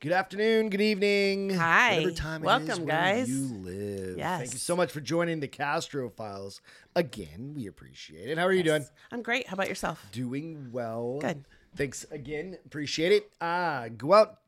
Good afternoon, good evening. Hi. Whatever time it Welcome, is where guys. You live. Thank you Yes. so much for joining the Castro Files again. We appreciate it. How are you doing? I'm great. How about yourself? Doing well. Good. Thanks again. Appreciate it. Uh, go out,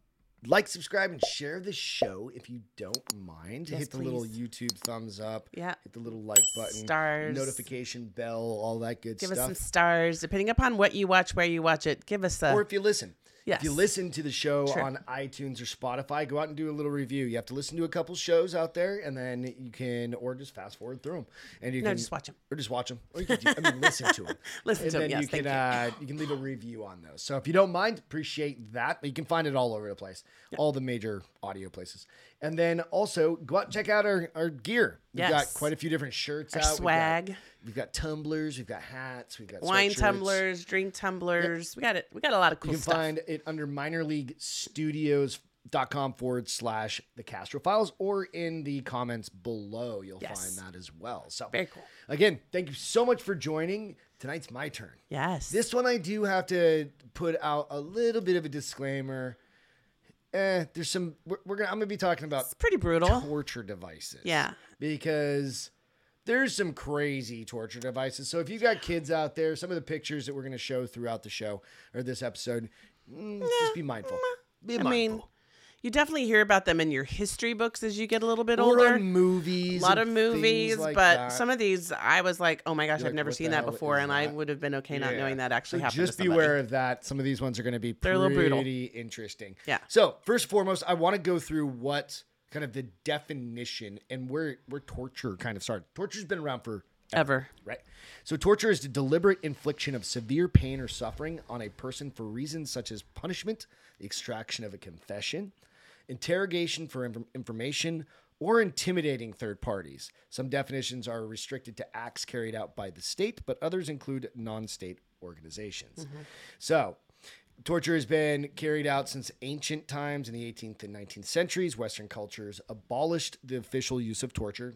like, subscribe, and share the show if you don't mind. Yes, Hit the little please. YouTube thumbs up. Yeah. Hit the little like button. Stars. Notification bell. All that good Give us stuff. some stars, depending upon what you watch, where you watch it. Give us a. or if you listen. If you Yes. listen to the show True. on iTunes or Spotify, go out and do a little review. You have to listen to a couple shows out there, and then you can, or just fast forward through them, and you no, can just watch them. or just watch them, or you can, do- I mean, listen to them. Listen and to 'em, then yes, you can thank Uh, you. you can leave a review on those. So if you don't mind, appreciate that. But you can find it all over the place, all the major audio places. And then also go out and check out our, our gear. We've got Yes. quite a few different shirts out. We've got- swag. We've got, tumblers. We've got hats. We've got Wine sweatshirts. tumblers, drink tumblers. We got it. We got a lot of cool You can stuff. find it under minorleaguestudios.com forward slash the Castro Files or in the comments below. You'll Yes. find that as well. So, Very cool. Again, thank you so much for joining. Tonight's my turn. yes. This one I do have to put out a little bit of a disclaimer. Eh, there's some, we're, we're gonna, I'm gonna be talking about it's pretty brutal. torture devices. Yeah. Because there's some crazy torture devices. So if you've got kids out there, some of the pictures that we're going to show throughout the show or this episide, mm, just be mindful. Be I mindful. mean, you definitely hear about them in your history books as you get a little bit or older. on movies. a lot of and things movies, like but that. some of these I was like, oh my gosh, You're I've like, never what seen the that hell before, is and I that? would have been okay not Yeah. knowing that actually So happened. Just to somebody. be aware of that. Some of these ones are going to be a little brutal. pretty interesting. Yeah. So first and foremost, I want to go through what kind of the definition and where where torture kind of started. Torture's been around for Ever. Right. So torture is the deliberate infliction of severe pain or suffering on a person for reasons such as punishment, the extraction of a confession, interrogation for inf- information, or intimidating third parties. Some definitions are restricted to acts carried out by the state, but others include non-state organizations. So, Torture has been carried out since ancient times in the 18th and 19th centuries. Western cultures abolished the official use of torture.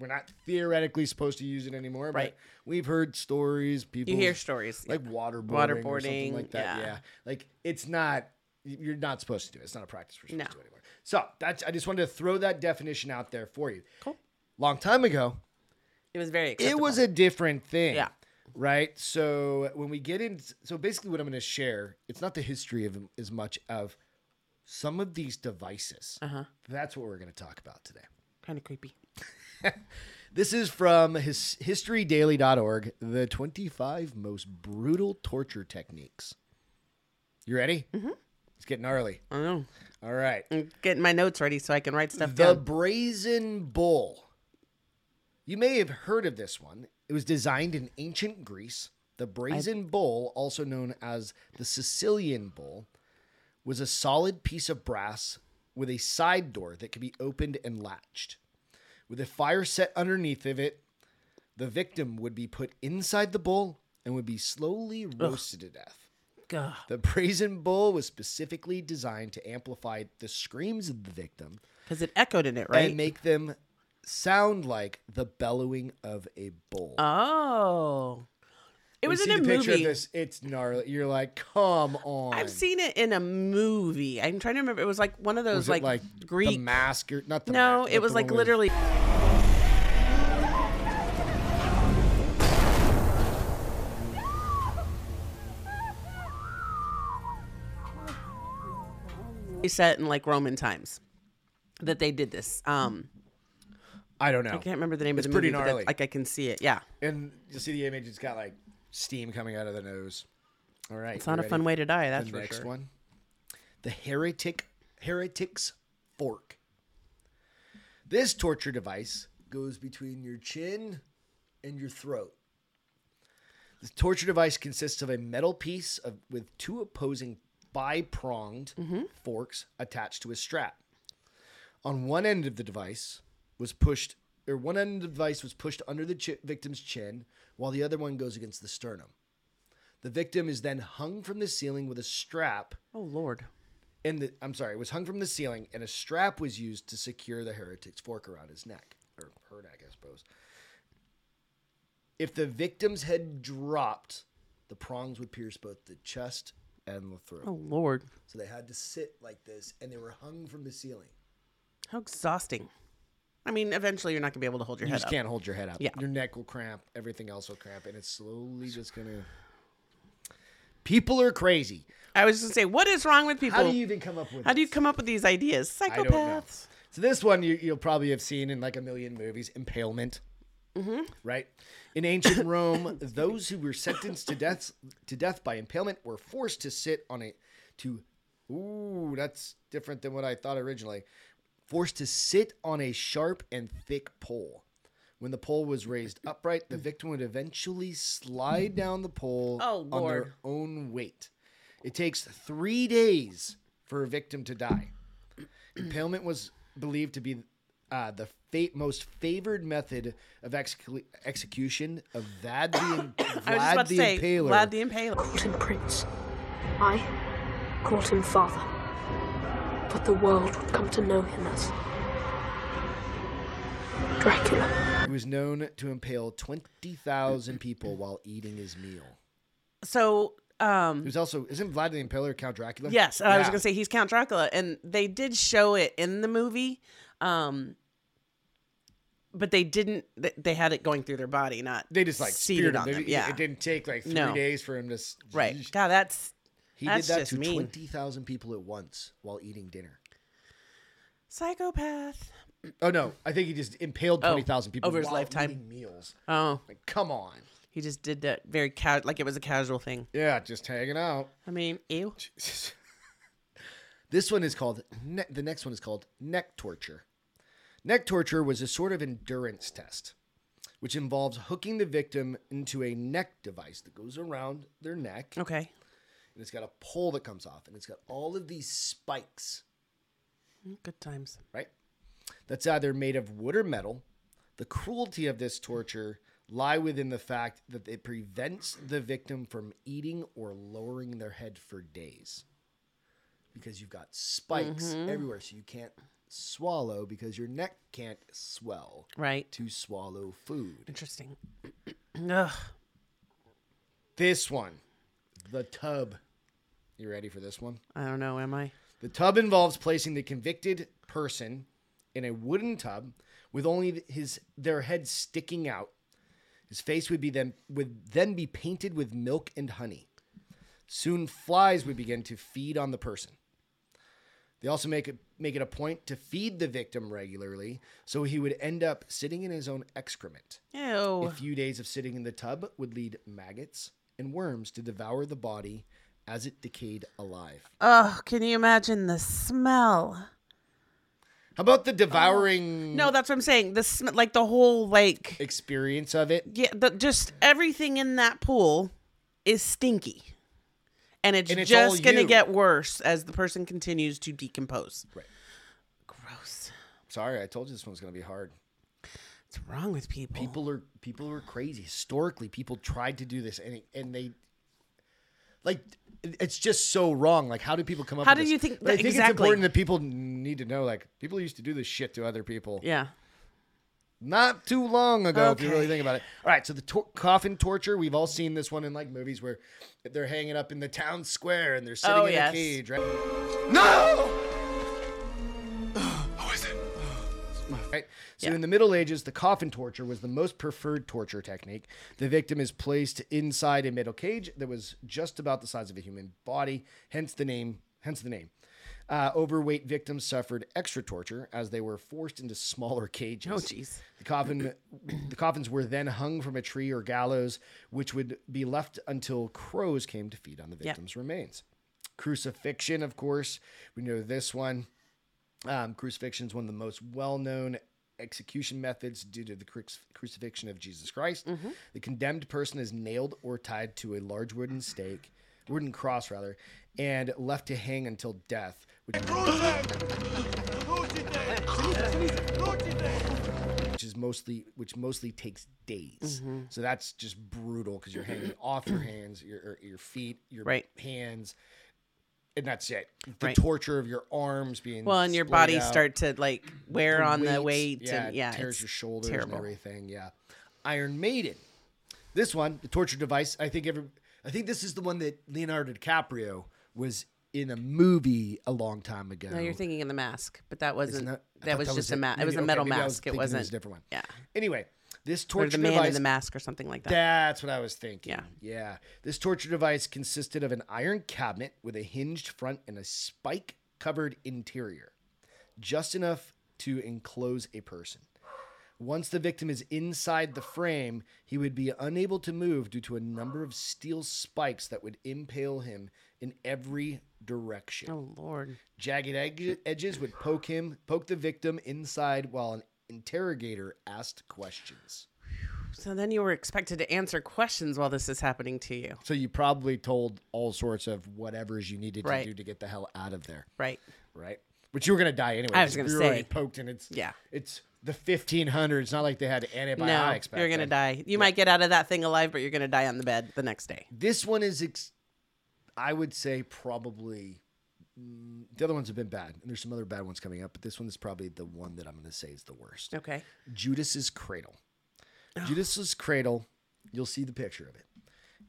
We're not theoretically supposed to use it anymore, Right. but we've heard stories. People You hear stories. like waterboarding, or Waterboarding, something like that. Yeah. yeah. like it's not. You're not supposed to do it. It's not a practice we're supposed No. to do anymore. So that's. I just wanted to throw that definition out there for you. Cool. Long time ago, it was very it acceptable. was a different thing. Yeah. Right. So when we get in, so basically what I'm going to share, it's not the history of as much of some of these devices. Uh-huh. That's what we're going to talk about today. kind of creepy. This is from his, historydaily.org, the 25 most brutal torture techniques. You ready? Mm-hmm. It's getting gnarly. I don't know. All right. I'm getting my notes ready so I can write stuff The down. Brazen Bull. You may have heard of this one. It was designed in ancient Greece. The Brazen Bull, also known as the Sicilian Bull, was a solid piece of brass with a side door that could be opened and latched. With a fire set underneath of it, the victim would be put inside the bull and would be slowly roasted to death. Gah. The Brazen Bull was specifically designed to amplify the screams of the victim Because it echoed in it, right? and make them sound like the bellowing of a bull. oh. Uh, It was in a movie. this. It's gnarly. You're like, come on. I've seen it in a movie. I'm trying to remember. It was like one of those Was it like, the Greek. mask or not the no, mask, it but was the like one with- literally. set in like Roman times that they did this. Um, I don't know. I can't remember the name It's of the pretty movie. but gnarly. that, like I can see it. Yeah, And you see the image. It's got like steam coming out of the nose. All right. it's not a fun way to die. That's The for next sure. one, the heretic heretic's fork. This torture device goes between your chin and your throat. The torture device consists of a metal piece of, with two opposing bi-pronged Mm-hmm. forks attached to a strap. On one end of the device was pushed, or one end of the device was pushed under the chi- victim's chin, while the other one goes against the sternum. The victim is then hung from the ceiling with a strap, Oh Lord. and the I'm sorry, it was hung from the ceiling, and a strap was used to secure the heretic's fork around his neck or her neck, I suppose. If the victim's head dropped, the prongs would pierce both the chest and the throat. Oh Lord, So they had to sit like this and they were hung from the ceiling. how exhausting! I mean, eventually you're not gonna be able to hold your You head just up. can't hold your head up. Yeah. Your neck will cramp, everything else will cramp, and it's slowly just gonna People are crazy. I was just gonna say, what is wrong with people? How do you even come up with this? come up with these ideas? I don't know. Psychopaths. So this one you, you'll probably have seen in like a million movies, impalement. Mm-hmm. Right. In ancient Rome, those who were sentenced to death to death by impalement were forced to sit on it to. Ooh, that's different than what I thought originally. Forced to sit on a sharp and thick pole. When the pole was raised upright, the victim would eventually slide down the pole Oh, on Lord. their own weight. It takes three days for a victim to die. Impalement Mm-hmm. was believed to be uh, the fa- most favored method of execu- execution of Vlad the, I was just Vlad about the to say, Impaler. Vlad the Impaler. called him prince. I called him father. But the world would come to know him as Dracula. He was known to impale 20,000 people while eating his meal. So, um, There's also, isn't Vlad the Impaler Count Dracula? yes, and I was Yeah. gonna say he's Count Dracula, and they did show it in the movie, um, but they didn't. th- They had it going through their body, not They just like seated speared him. on They- them. it- Yeah, It didn't take like three No. days for him to. s- right. God, that's He That's did that just to mean. 20,000 people at once while eating dinner. psychopath. Oh, no. I think he just impaled 20,000 people Oh, over his while lifetime. eating meals. Oh, Like, come on. he just did that very ca- like it was a casual thing. Yeah, just hanging out. I mean, ew. this one is called ne- the next one is called neck torture. Neck torture was a sort of endurance test, which involves hooking the victim into a neck device that goes around their neck, and Okay, it's got a pole that comes off, and it's got all of these spikes, good times. right? That's either made of wood or metal. The cruelty of this torture lie within the fact that it prevents the victim from eating or lowering their head for days. Because you've got spikes everywhere, so you can't swallow because your neck can't swell Right. to swallow food. Interesting. Ugh. This one, the tub. You ready for this one? I don't know. Am I? The tub involves placing the convicted person in a wooden tub with only his their head sticking out. His face would be then would then be painted with milk and honey. Soon flies would begin to feed on the person. They also make it make it a point to feed the victim regularly, so he would end up sitting in his own excrement. Ew. A few days of sitting in the tub would lead maggots and worms to devour the body as it decayed alive. Oh, can you imagine the smell? How about the devouring Oh. No, that's what I'm saying. The sm- like the whole like experience of it? yeah, the, just everything in that pool is stinky, and it's, And it's all just gonna you. get worse as the person continues to decompose. Right. Gross. Sorry, I told you this one's gonna be hard. What's wrong with people? People are people are crazy. Historically, people tried to do this, and it, and they like it- it's just so wrong. Like, how do people come up? How with do this? you think But I that- think it's exactly. important that people need to know. Like, people used to do this shit to other people Yeah. not too long ago. If you really Okay. think about it. All right, so the tor- coffin torture. We've all seen this one in like movies where they're hanging up in the town square and they're sitting Oh, in yes. a cage, right? No! Who is it? Right? So Yeah. in the Middle Ages, the coffin torture was the most preferred torture technique. The victim is placed inside a metal cage that was just about the size of a human body, hence the name. Hence the name. Uh, overweight victims suffered extra torture as they were forced into smaller cages. Oh, jeez. The coffin, the coffins were then hung from a tree or gallows, which would be left until crows came to feed on the victim's remains. Crucifixion, of course, we know this one. Um, crucifixion is one of the most well-known execution methods due to the crux- crucifixion of Jesus Christ. Mm-hmm. The condemned person is nailed or tied to a large wooden stake, wooden cross rather, and left to hang until death. Which which is mostly which mostly takes days. Mm-hmm. So that's just brutal because you're hanging off your hands, your or your feet, your Right. hands, and that's it. The Right. torture of your arms being Well, and your splayed body out, start to like wear on the weight, weights, yeah, and yeah, it tears it's your shoulders terrible. and everything. Yeah, Iron Maiden. This one, the torture device. I think every. I think this is the one that Leonardo DiCaprio was in a movie a long time ago. No, you're thinking of the mask, but that wasn't. not- I that thought was just a it. mask. It Maybe- was a okay, metal maybe I was mask. It thinking wasn't. was a different one. Yeah, Anyway, this or the torture man device. in the mask or something like that. That's what I was thinking. Yeah. Yeah. This torture device consisted of an iron cabinet with a hinged front and a spike covered interior, just enough to enclose a person. Once the victim is inside the frame, he would be unable to move due to a number of steel spikes that would impale him in every direction. Oh Lord. Jagged edge- edges would poke him, poke the victim inside while an interrogator asked questions. So then you were expected to answer questions while this is happening to you, So you probably told all sorts of whatever's you needed Right. to do to get the hell out of there, right? right? But you were gonna die anyway. I was because gonna you were already say. poked and it's Yeah. It's the 1500s. It's not like they had No, antibiotics. back you're gonna then. die. You might get out of that thing alive, but you're gonna die on the bed the next day. This one is, ex- I would say, probably. mm, The other ones have been bad, and there's some other bad ones coming up, but this one is probably the one that I'm going to say is the worst. Okay. Judas's Cradle. Judas's Cradle, you'll see the picture of it,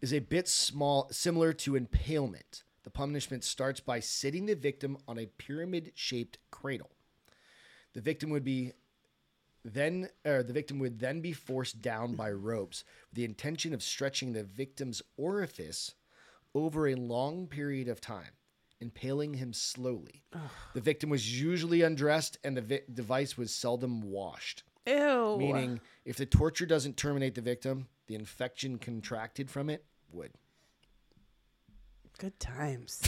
is a bit small, similar to impalement. The punishment starts by sitting the victim on a pyramid shaped cradle. The victim would be then or the victim would then be forced down by ropes with the intention of stretching the victim's orifice over a long period of time, impaling him slowly. The victim was usually undressed and the vi- device was seldom washed Ew. meaning if the torture doesn't terminate the victim, the infection contracted from it would. Good times.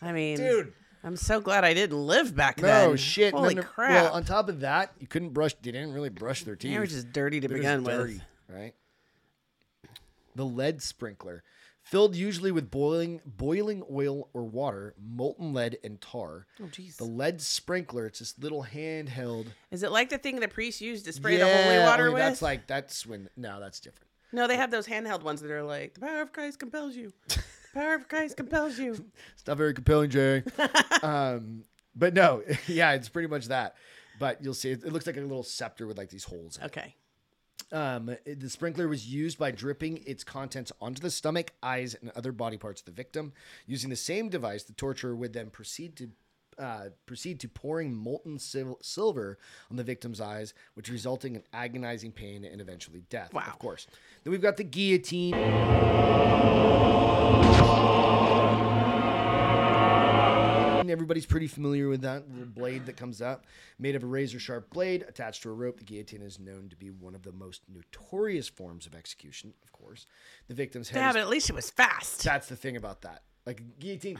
I mean, dude, I'm so glad I didn't live back then. No shit. Holy no, no- crap. Well, on top of that, you couldn't brush. They didn't really brush their teeth. they were just dirty to They're begin with. dirty, right? The lead sprinkler, filled usually with boiling boiling oil or water, molten lead and tar. Oh, jeez. The lead sprinkler, it's this little handheld. Is it like the thing the priest used to spray the holy water only with? that's like that's when no, that's different. no, they have those handheld ones that are like the power of Christ compels you. The power of Christ compels you. It's not very compelling, Jerry. um, but no, yeah, it's pretty much that. But you'll see, it, it looks like a little scepter with like these holes. In it. Okay. Um, it- the sprinkler was used by dripping its contents onto the stomach, eyes, and other body parts of the victim. Using the same device, the torturer would then proceed to uh, proceed to pouring molten sil- silver on the victim's eyes, which resulting in agonizing pain and eventually death. Wow. Of course. Then we've got the guillotine. Everybody's pretty familiar with that little blade that comes up, made of a razor sharp blade attached to a rope. The guillotine is known to be one of the most notorious forms of execution. Of course, the victim's head. Yeah, is- but at least it was fast. that's the thing about that. Like guillotine,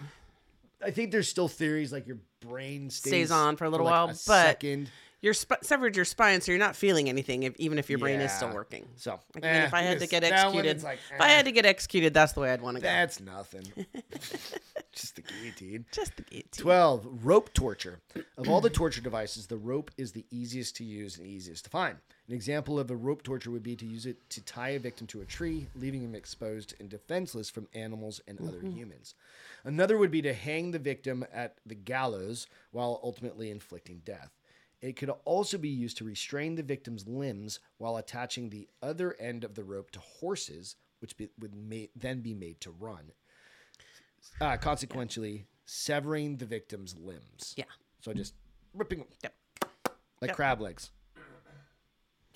I think there's still theories like your brain stays, Stays on for a little like, while, a but second. Your sp- severed your spine, so you're not feeling anything, if, even if your brain is still Yeah. working. So Like, even eh, if I had to this- get that one, executed, it's like, if I eh. had to get executed, that's the way I'd want to go. That's nothing. Just the guillotine. Just the E guillotine. 12. Rope torture. Of all the torture devices, the rope is the easiest to use and easiest to find. An example of a rope torture would be to use it to tie a victim to a tree, leaving him exposed and defenseless from animals and other humans. Another would be to hang the victim at the gallows while ultimately inflicting death. It could also be used to restrain the victim's limbs while attaching the other end of the rope to horses, which be, would ma- then be made to run uh, consequentially severing the victim's limbs. Yeah. So just ripping Yep. like Yep. Mm. crab legs.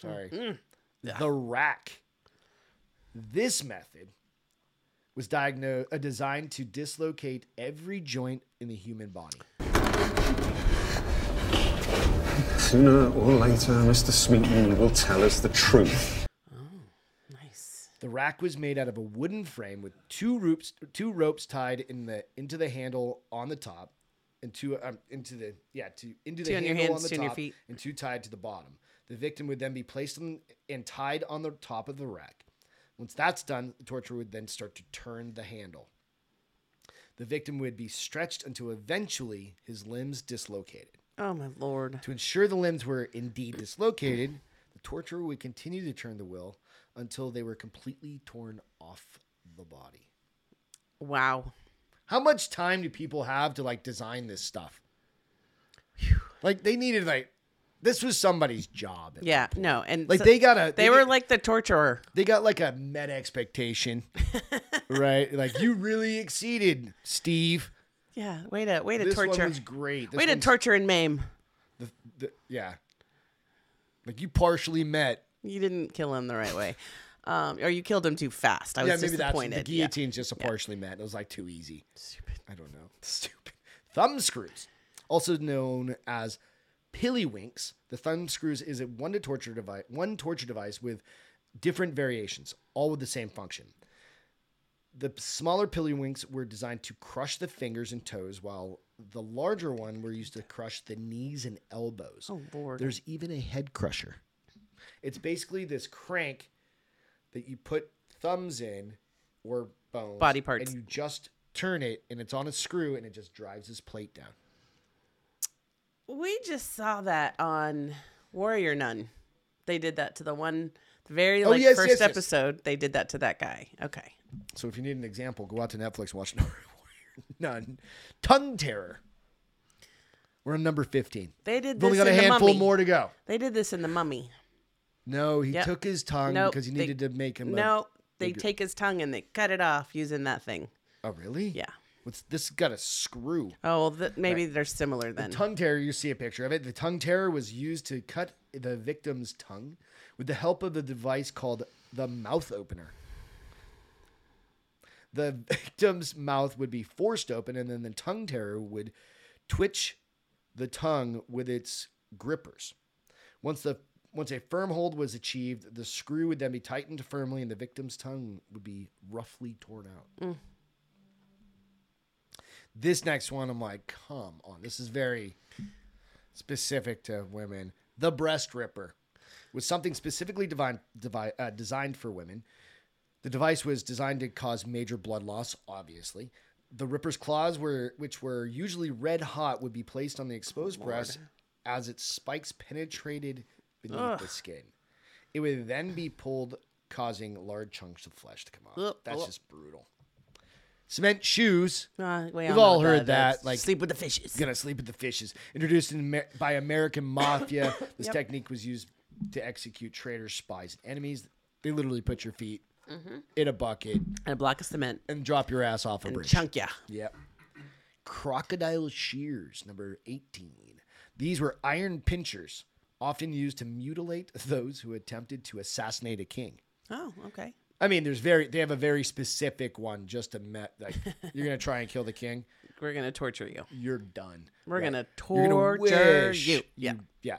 Sorry. The rack. This method was diagnosed uh, designed to dislocate every joint in the human body. Sooner or later, Mr. Smeaton will tell us the truth. Nice. The rack was made out of a wooden frame with two ropes, two ropes tied in the into the handle on the top, and two um, into the yeah two into the Two on handle your on, hands, the two top on your feet. and two tied to the bottom. The victim would then be placed on, and tied on the top of the rack. Once that's done, the torturer would then start to turn the handle. The victim would be stretched until eventually his limbs dislocated. Oh my lord. To ensure the limbs were indeed dislocated, the torturer would continue to turn the wheel until they were completely torn off the body. Wow. How much time do people have to like design this stuff? Like they needed like this was somebody's job. Yeah. No. And Like so- they got a They were get- like the torturer. they got like a meta expectation. right? Like you really exceeded, Steve. Yeah, way to way to This torture. one was great. This way to one's- torture and maim. the, the, yeah. Like you partially met. You didn't kill him the right way, um, or you killed him too fast. I was Yeah, maybe that's disappointed. the Yeah. guillotine's just a partially met. It was like too easy. Stupid. I don't know. Stupid. Thumb screws, also known as pillywinks. The thumb screws is a one to torture device, one torture device with different variations, all with the same function. The smaller pillywinks were designed to crush the fingers and toes, while the larger one were used to crush the knees and elbows. Oh, Lord. There's even a head crusher. It's basically this crank that you put thumbs in or bones, Body parts. and you just turn it, and it's on a screw, and it just drives this plate down. We just saw that on Warrior Nun. They did that to the one the very Oh, like yes, first yes, yes. episode. They did that to that guy. Okay. So if you need an example, go out to Netflix, and watch Warrior None, Tongue Terror. We're on number fifteen. They did We've only this got a in The handful Mummy. more to go. They did this in the mummy. No, he Yep. took his tongue Nope, because he they- needed to make him. a- No, they take his tongue and they cut it off using that thing. oh, really? Yeah. What's this? Got a screw. Oh, well, th- maybe they're similar then. Tongue terror, you see a picture of it. The tongue terror was used to cut the victim's tongue with the help of the device called the mouth opener. The victim's mouth would be forced open, and then the tongue terror would twitch the tongue with its grippers. Once the once a firm hold was achieved, the screw would then be tightened firmly, and the victim's tongue would be roughly torn out this next one i'm like come on this is very specific to women the breast ripper was something specifically divine, devi- uh, designed for women the device was designed to cause major blood loss obviously the ripper's claws were which were usually red hot would be placed on the exposed breast as its spikes penetrated beneath the skin it would then be pulled causing large chunks of flesh to come off Ugh, that's ugh. just brutal cement shoes Uh, we We've know all what heard that. is. that, like- sleep with the fishes. gonna sleep with the fishes. Introduced in Amer- by American mafia, this technique was used to execute traitors, spies, and enemies. They literally put your feet Mm-hmm. in a bucket And a block of cement. and drop your ass off a bridge. Chunk ya. Yep. Crocodile shears, number 18. These were iron pinchers, often used to mutilate those who attempted to assassinate a king. Oh, okay. I mean, there's very they have a very specific one just to met like you're gonna try and kill the king, We're gonna torture you. you're done. We're gonna You're gonna torture wish you. Yeah. yeah.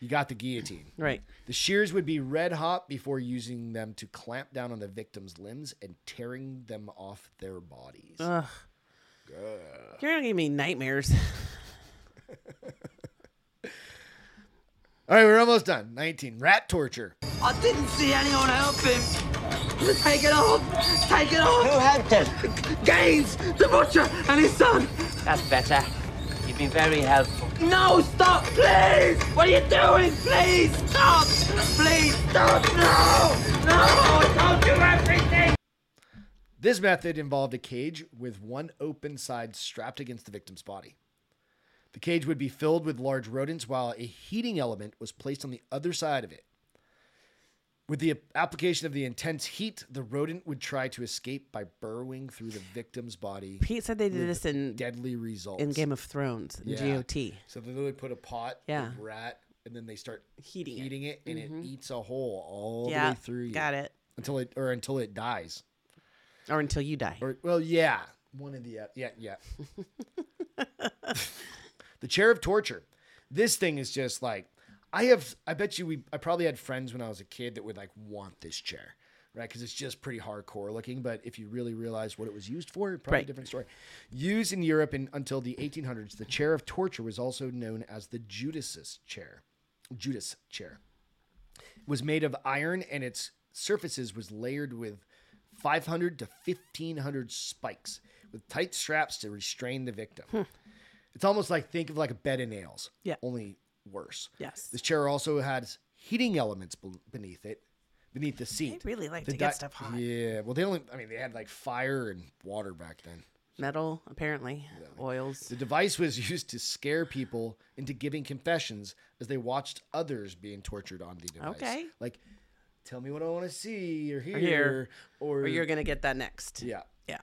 You got the guillotine. Right. The shears would be red hot before using them to clamp down on the victim's limbs and tearing them off their bodies. You're gonna give me nightmares. All right, we're almost done. 19. Rat torture. I didn't see anyone help him. Take it off! Take it off! Who helped him? Gaines, the butcher, and his son. That's better. You've been very helpful. No, stop, please! What are you doing? Please, stop! Please, stop! No! No! I told you everything! This method involved a cage with one open side strapped against the victim's body. The cage would be filled with large rodents while a heating element was placed on the other side of it. With the application of the intense heat, the rodent would try to escape by burrowing through the victim's body. Pete said they did this in Deadly results. in Game of Thrones, in Yeah. GOT. So they literally put a pot, Yeah. of rat, and then they start Heating it. Mm-hmm. heating it, and it eats a hole all the Yeah. way through you. Got it. Until it or until it dies. Or until you die. Or well, yeah, one of the uh, yeah yeah. the chair of torture. This thing is just like I have. I bet you we. I probably had friends when I was a kid that would like want this chair, right? Because it's just pretty hardcore looking. But if you really realize what it was used for, probably a Right. different story. Used in Europe in, until the 1800s, the chair of torture was also known as the Judas's chair. Judas chair was made of iron and its surfaces was layered with 500 to 1500 spikes with tight straps to restrain the victim. It's almost like think of like a bed of nails, Hmm. Yeah. only worse. Yes. This chair also has heating elements be- beneath it, beneath the seat. really like The to get di- stuff hot. Yeah, well they only I mean they had like fire and water back then. Metal, apparently. Oils. The device was used to scare people into giving confessions as they watched others being tortured on the device. Okay. Like, tell me what I want to see or hear. hear. Or, Or you're gonna get that next. Yeah. Yeah.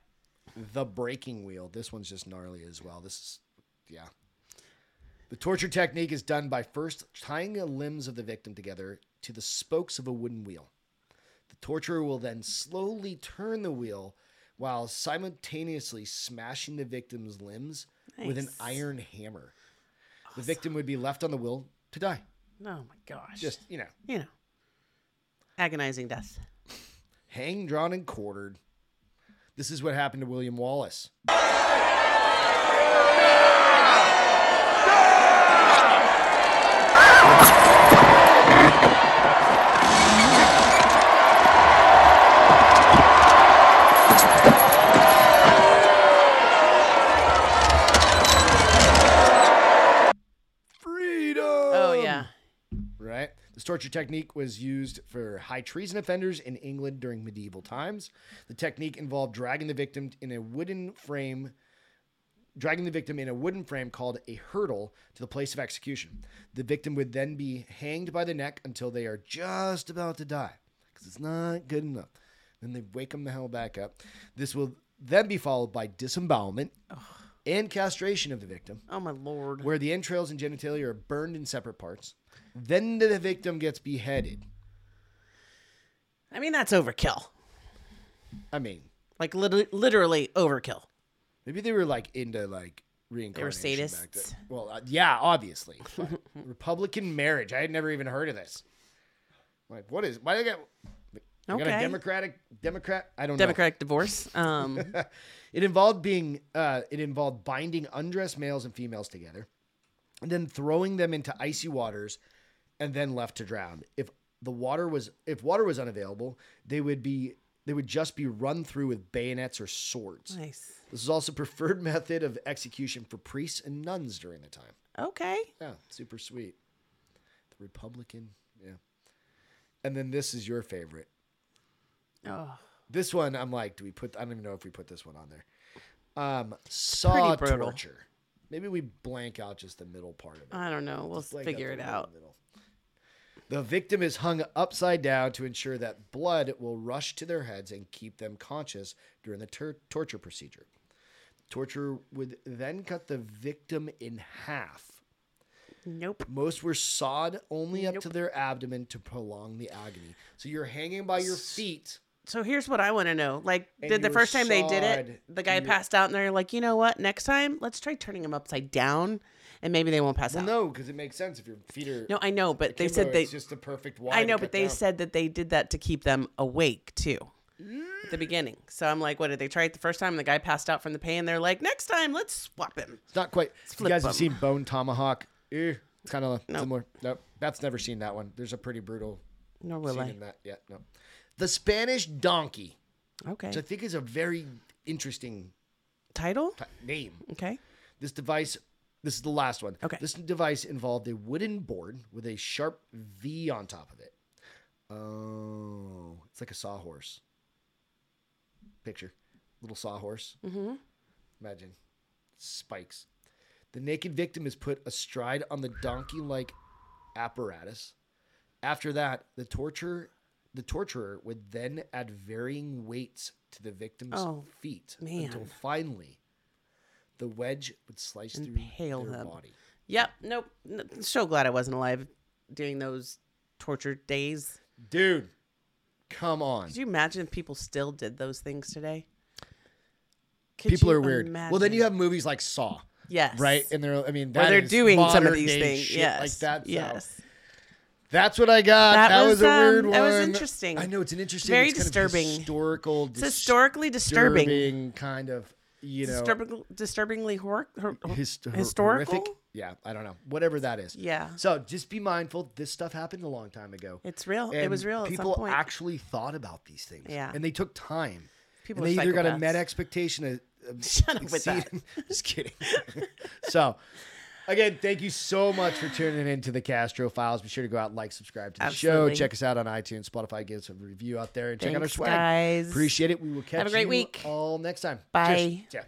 The Breaking Wheel. This one's just gnarly as well. This is, yeah. The torture technique is done by first tying the limbs of the victim together to the spokes of a wooden wheel. The torturer will then slowly turn the wheel while simultaneously smashing the victim's limbs with an Nice. iron hammer. The victim would be left on the wheel to die. Oh my gosh. Just, you know, you know, agonizing death. hanged, drawn, and quartered. This is what happened to William Wallace. Freedom! Oh yeah. Right. This torture technique was used for high treason offenders in England during medieval times. The technique involved dragging the victim in a wooden frame, dragging the victim in a wooden frame called a hurdle to the place of execution. The victim would then be hanged by the neck until they are just about to die because it's not good enough. Then they wake them the hell back up. This will then be followed by disembowelment and castration of the victim Oh my lord. where the entrails and genitalia are burned in separate parts. Then the victim gets beheaded. I mean that's overkill. I mean, Like lit- literally overkill. maybe they were like into like reincarnation. Back sadists. then. Well, uh, yeah, obviously. But Republican marriage. I had never even heard of this. Like, what is? Why they got? they got Okay. a Democratic Democrat. I don't know. Democratic divorce. Um, It involved being uh, it involved binding undressed males and females together and then throwing them into icy waters and then left to drown. If the water was if water was unavailable, they would be they would just be run through with bayonets or swords. nice. This is also preferred method of execution for priests and nuns during the time. Okay. Yeah, super sweet. The Republican, yeah. And then this is your favorite. Oh, This one, I'm like, do we put? I don't even know if we put this one on there. Um, saw Pretty brutal. torture. Maybe we blank out just the middle part of it. I don't know. We'll Blank figure the it middle, out. middle. The victim is hung upside down to ensure that blood will rush to their heads and keep them conscious during the tur- torture procedure. Torture would then cut the victim in half. Nope. Most were sawed only up to their abdomen to prolong the agony. So you're hanging by your feet. So here's what I want to know. Like, And did the you first time they did sawed it, the guy passed out, and they're like, you know what? Next time, let's try turning him upside down, and maybe they won't pass Well, out. no, because it makes sense if your feet are. No, I know, but they Kimbo, said they. it's just the perfect Y. I to know, cut but they down. said that they did that to keep them awake too. At Mm. the beginning. So I'm like, what did they try it the first time? The guy passed out from the pain. They're like, next time, let's swap him. it's not quite. You flip guys have them. seen Bone Tomahawk? Eh, it's kind of Nope. similar. Nope, that's never seen that one. There's a pretty brutal Nor will scene I. in that. Yeah, no. The Spanish Donkey, Okay. which I think is a very interesting Title? t- name. Okay. This device. This is the last one. Okay. This device involved a wooden board with a sharp V on top of it. Oh, it's like a sawhorse. Picture, little sawhorse. Mm-hmm. Imagine spikes. The naked victim is put astride on the donkey-like apparatus. After that, the torture, the torturer would then add varying weights to the victim's Oh, feet until man. finally the wedge would slice Impale through their them. body. Yep. Nope. N- so glad I wasn't alive during those torture days. Dude, come on. Could you imagine if people still did those things today? Could People you are weird. Well, then imagine? you have movies like Saw, yes, right? And they're, I mean, Where that they're is doing some of modern these day things. shit yes. like that. So Yes. that's what I got. That, That was, was, a weird one. um, that was interesting. I know it's an interesting, Very it's kind of disturbing. historical, It's historically disturbing. disturbing kind of, you know, Disturbing, disturbingly hor- hor- hor- hist- hor- historical. horrific- Yeah, I don't know. Whatever that is. Yeah. So just be mindful. This stuff happened a long time ago. It's real. Oh, it was And real. People at some point. actually thought about these things. Yeah. And they took time. People and are they either got a psychopaths. met expectation. Of, of Shut up with that. exceeding- Just kidding. so, again, thank you so much for tuning in to the Castro Files. Be sure to go out, like, subscribe to the show. Absolutely. Check us out on iTunes, Spotify. Give us a review out there and check out our Thanks, swag. guys. Appreciate it. We will catch a great you week. all next time. Bye. Cheers. Yeah.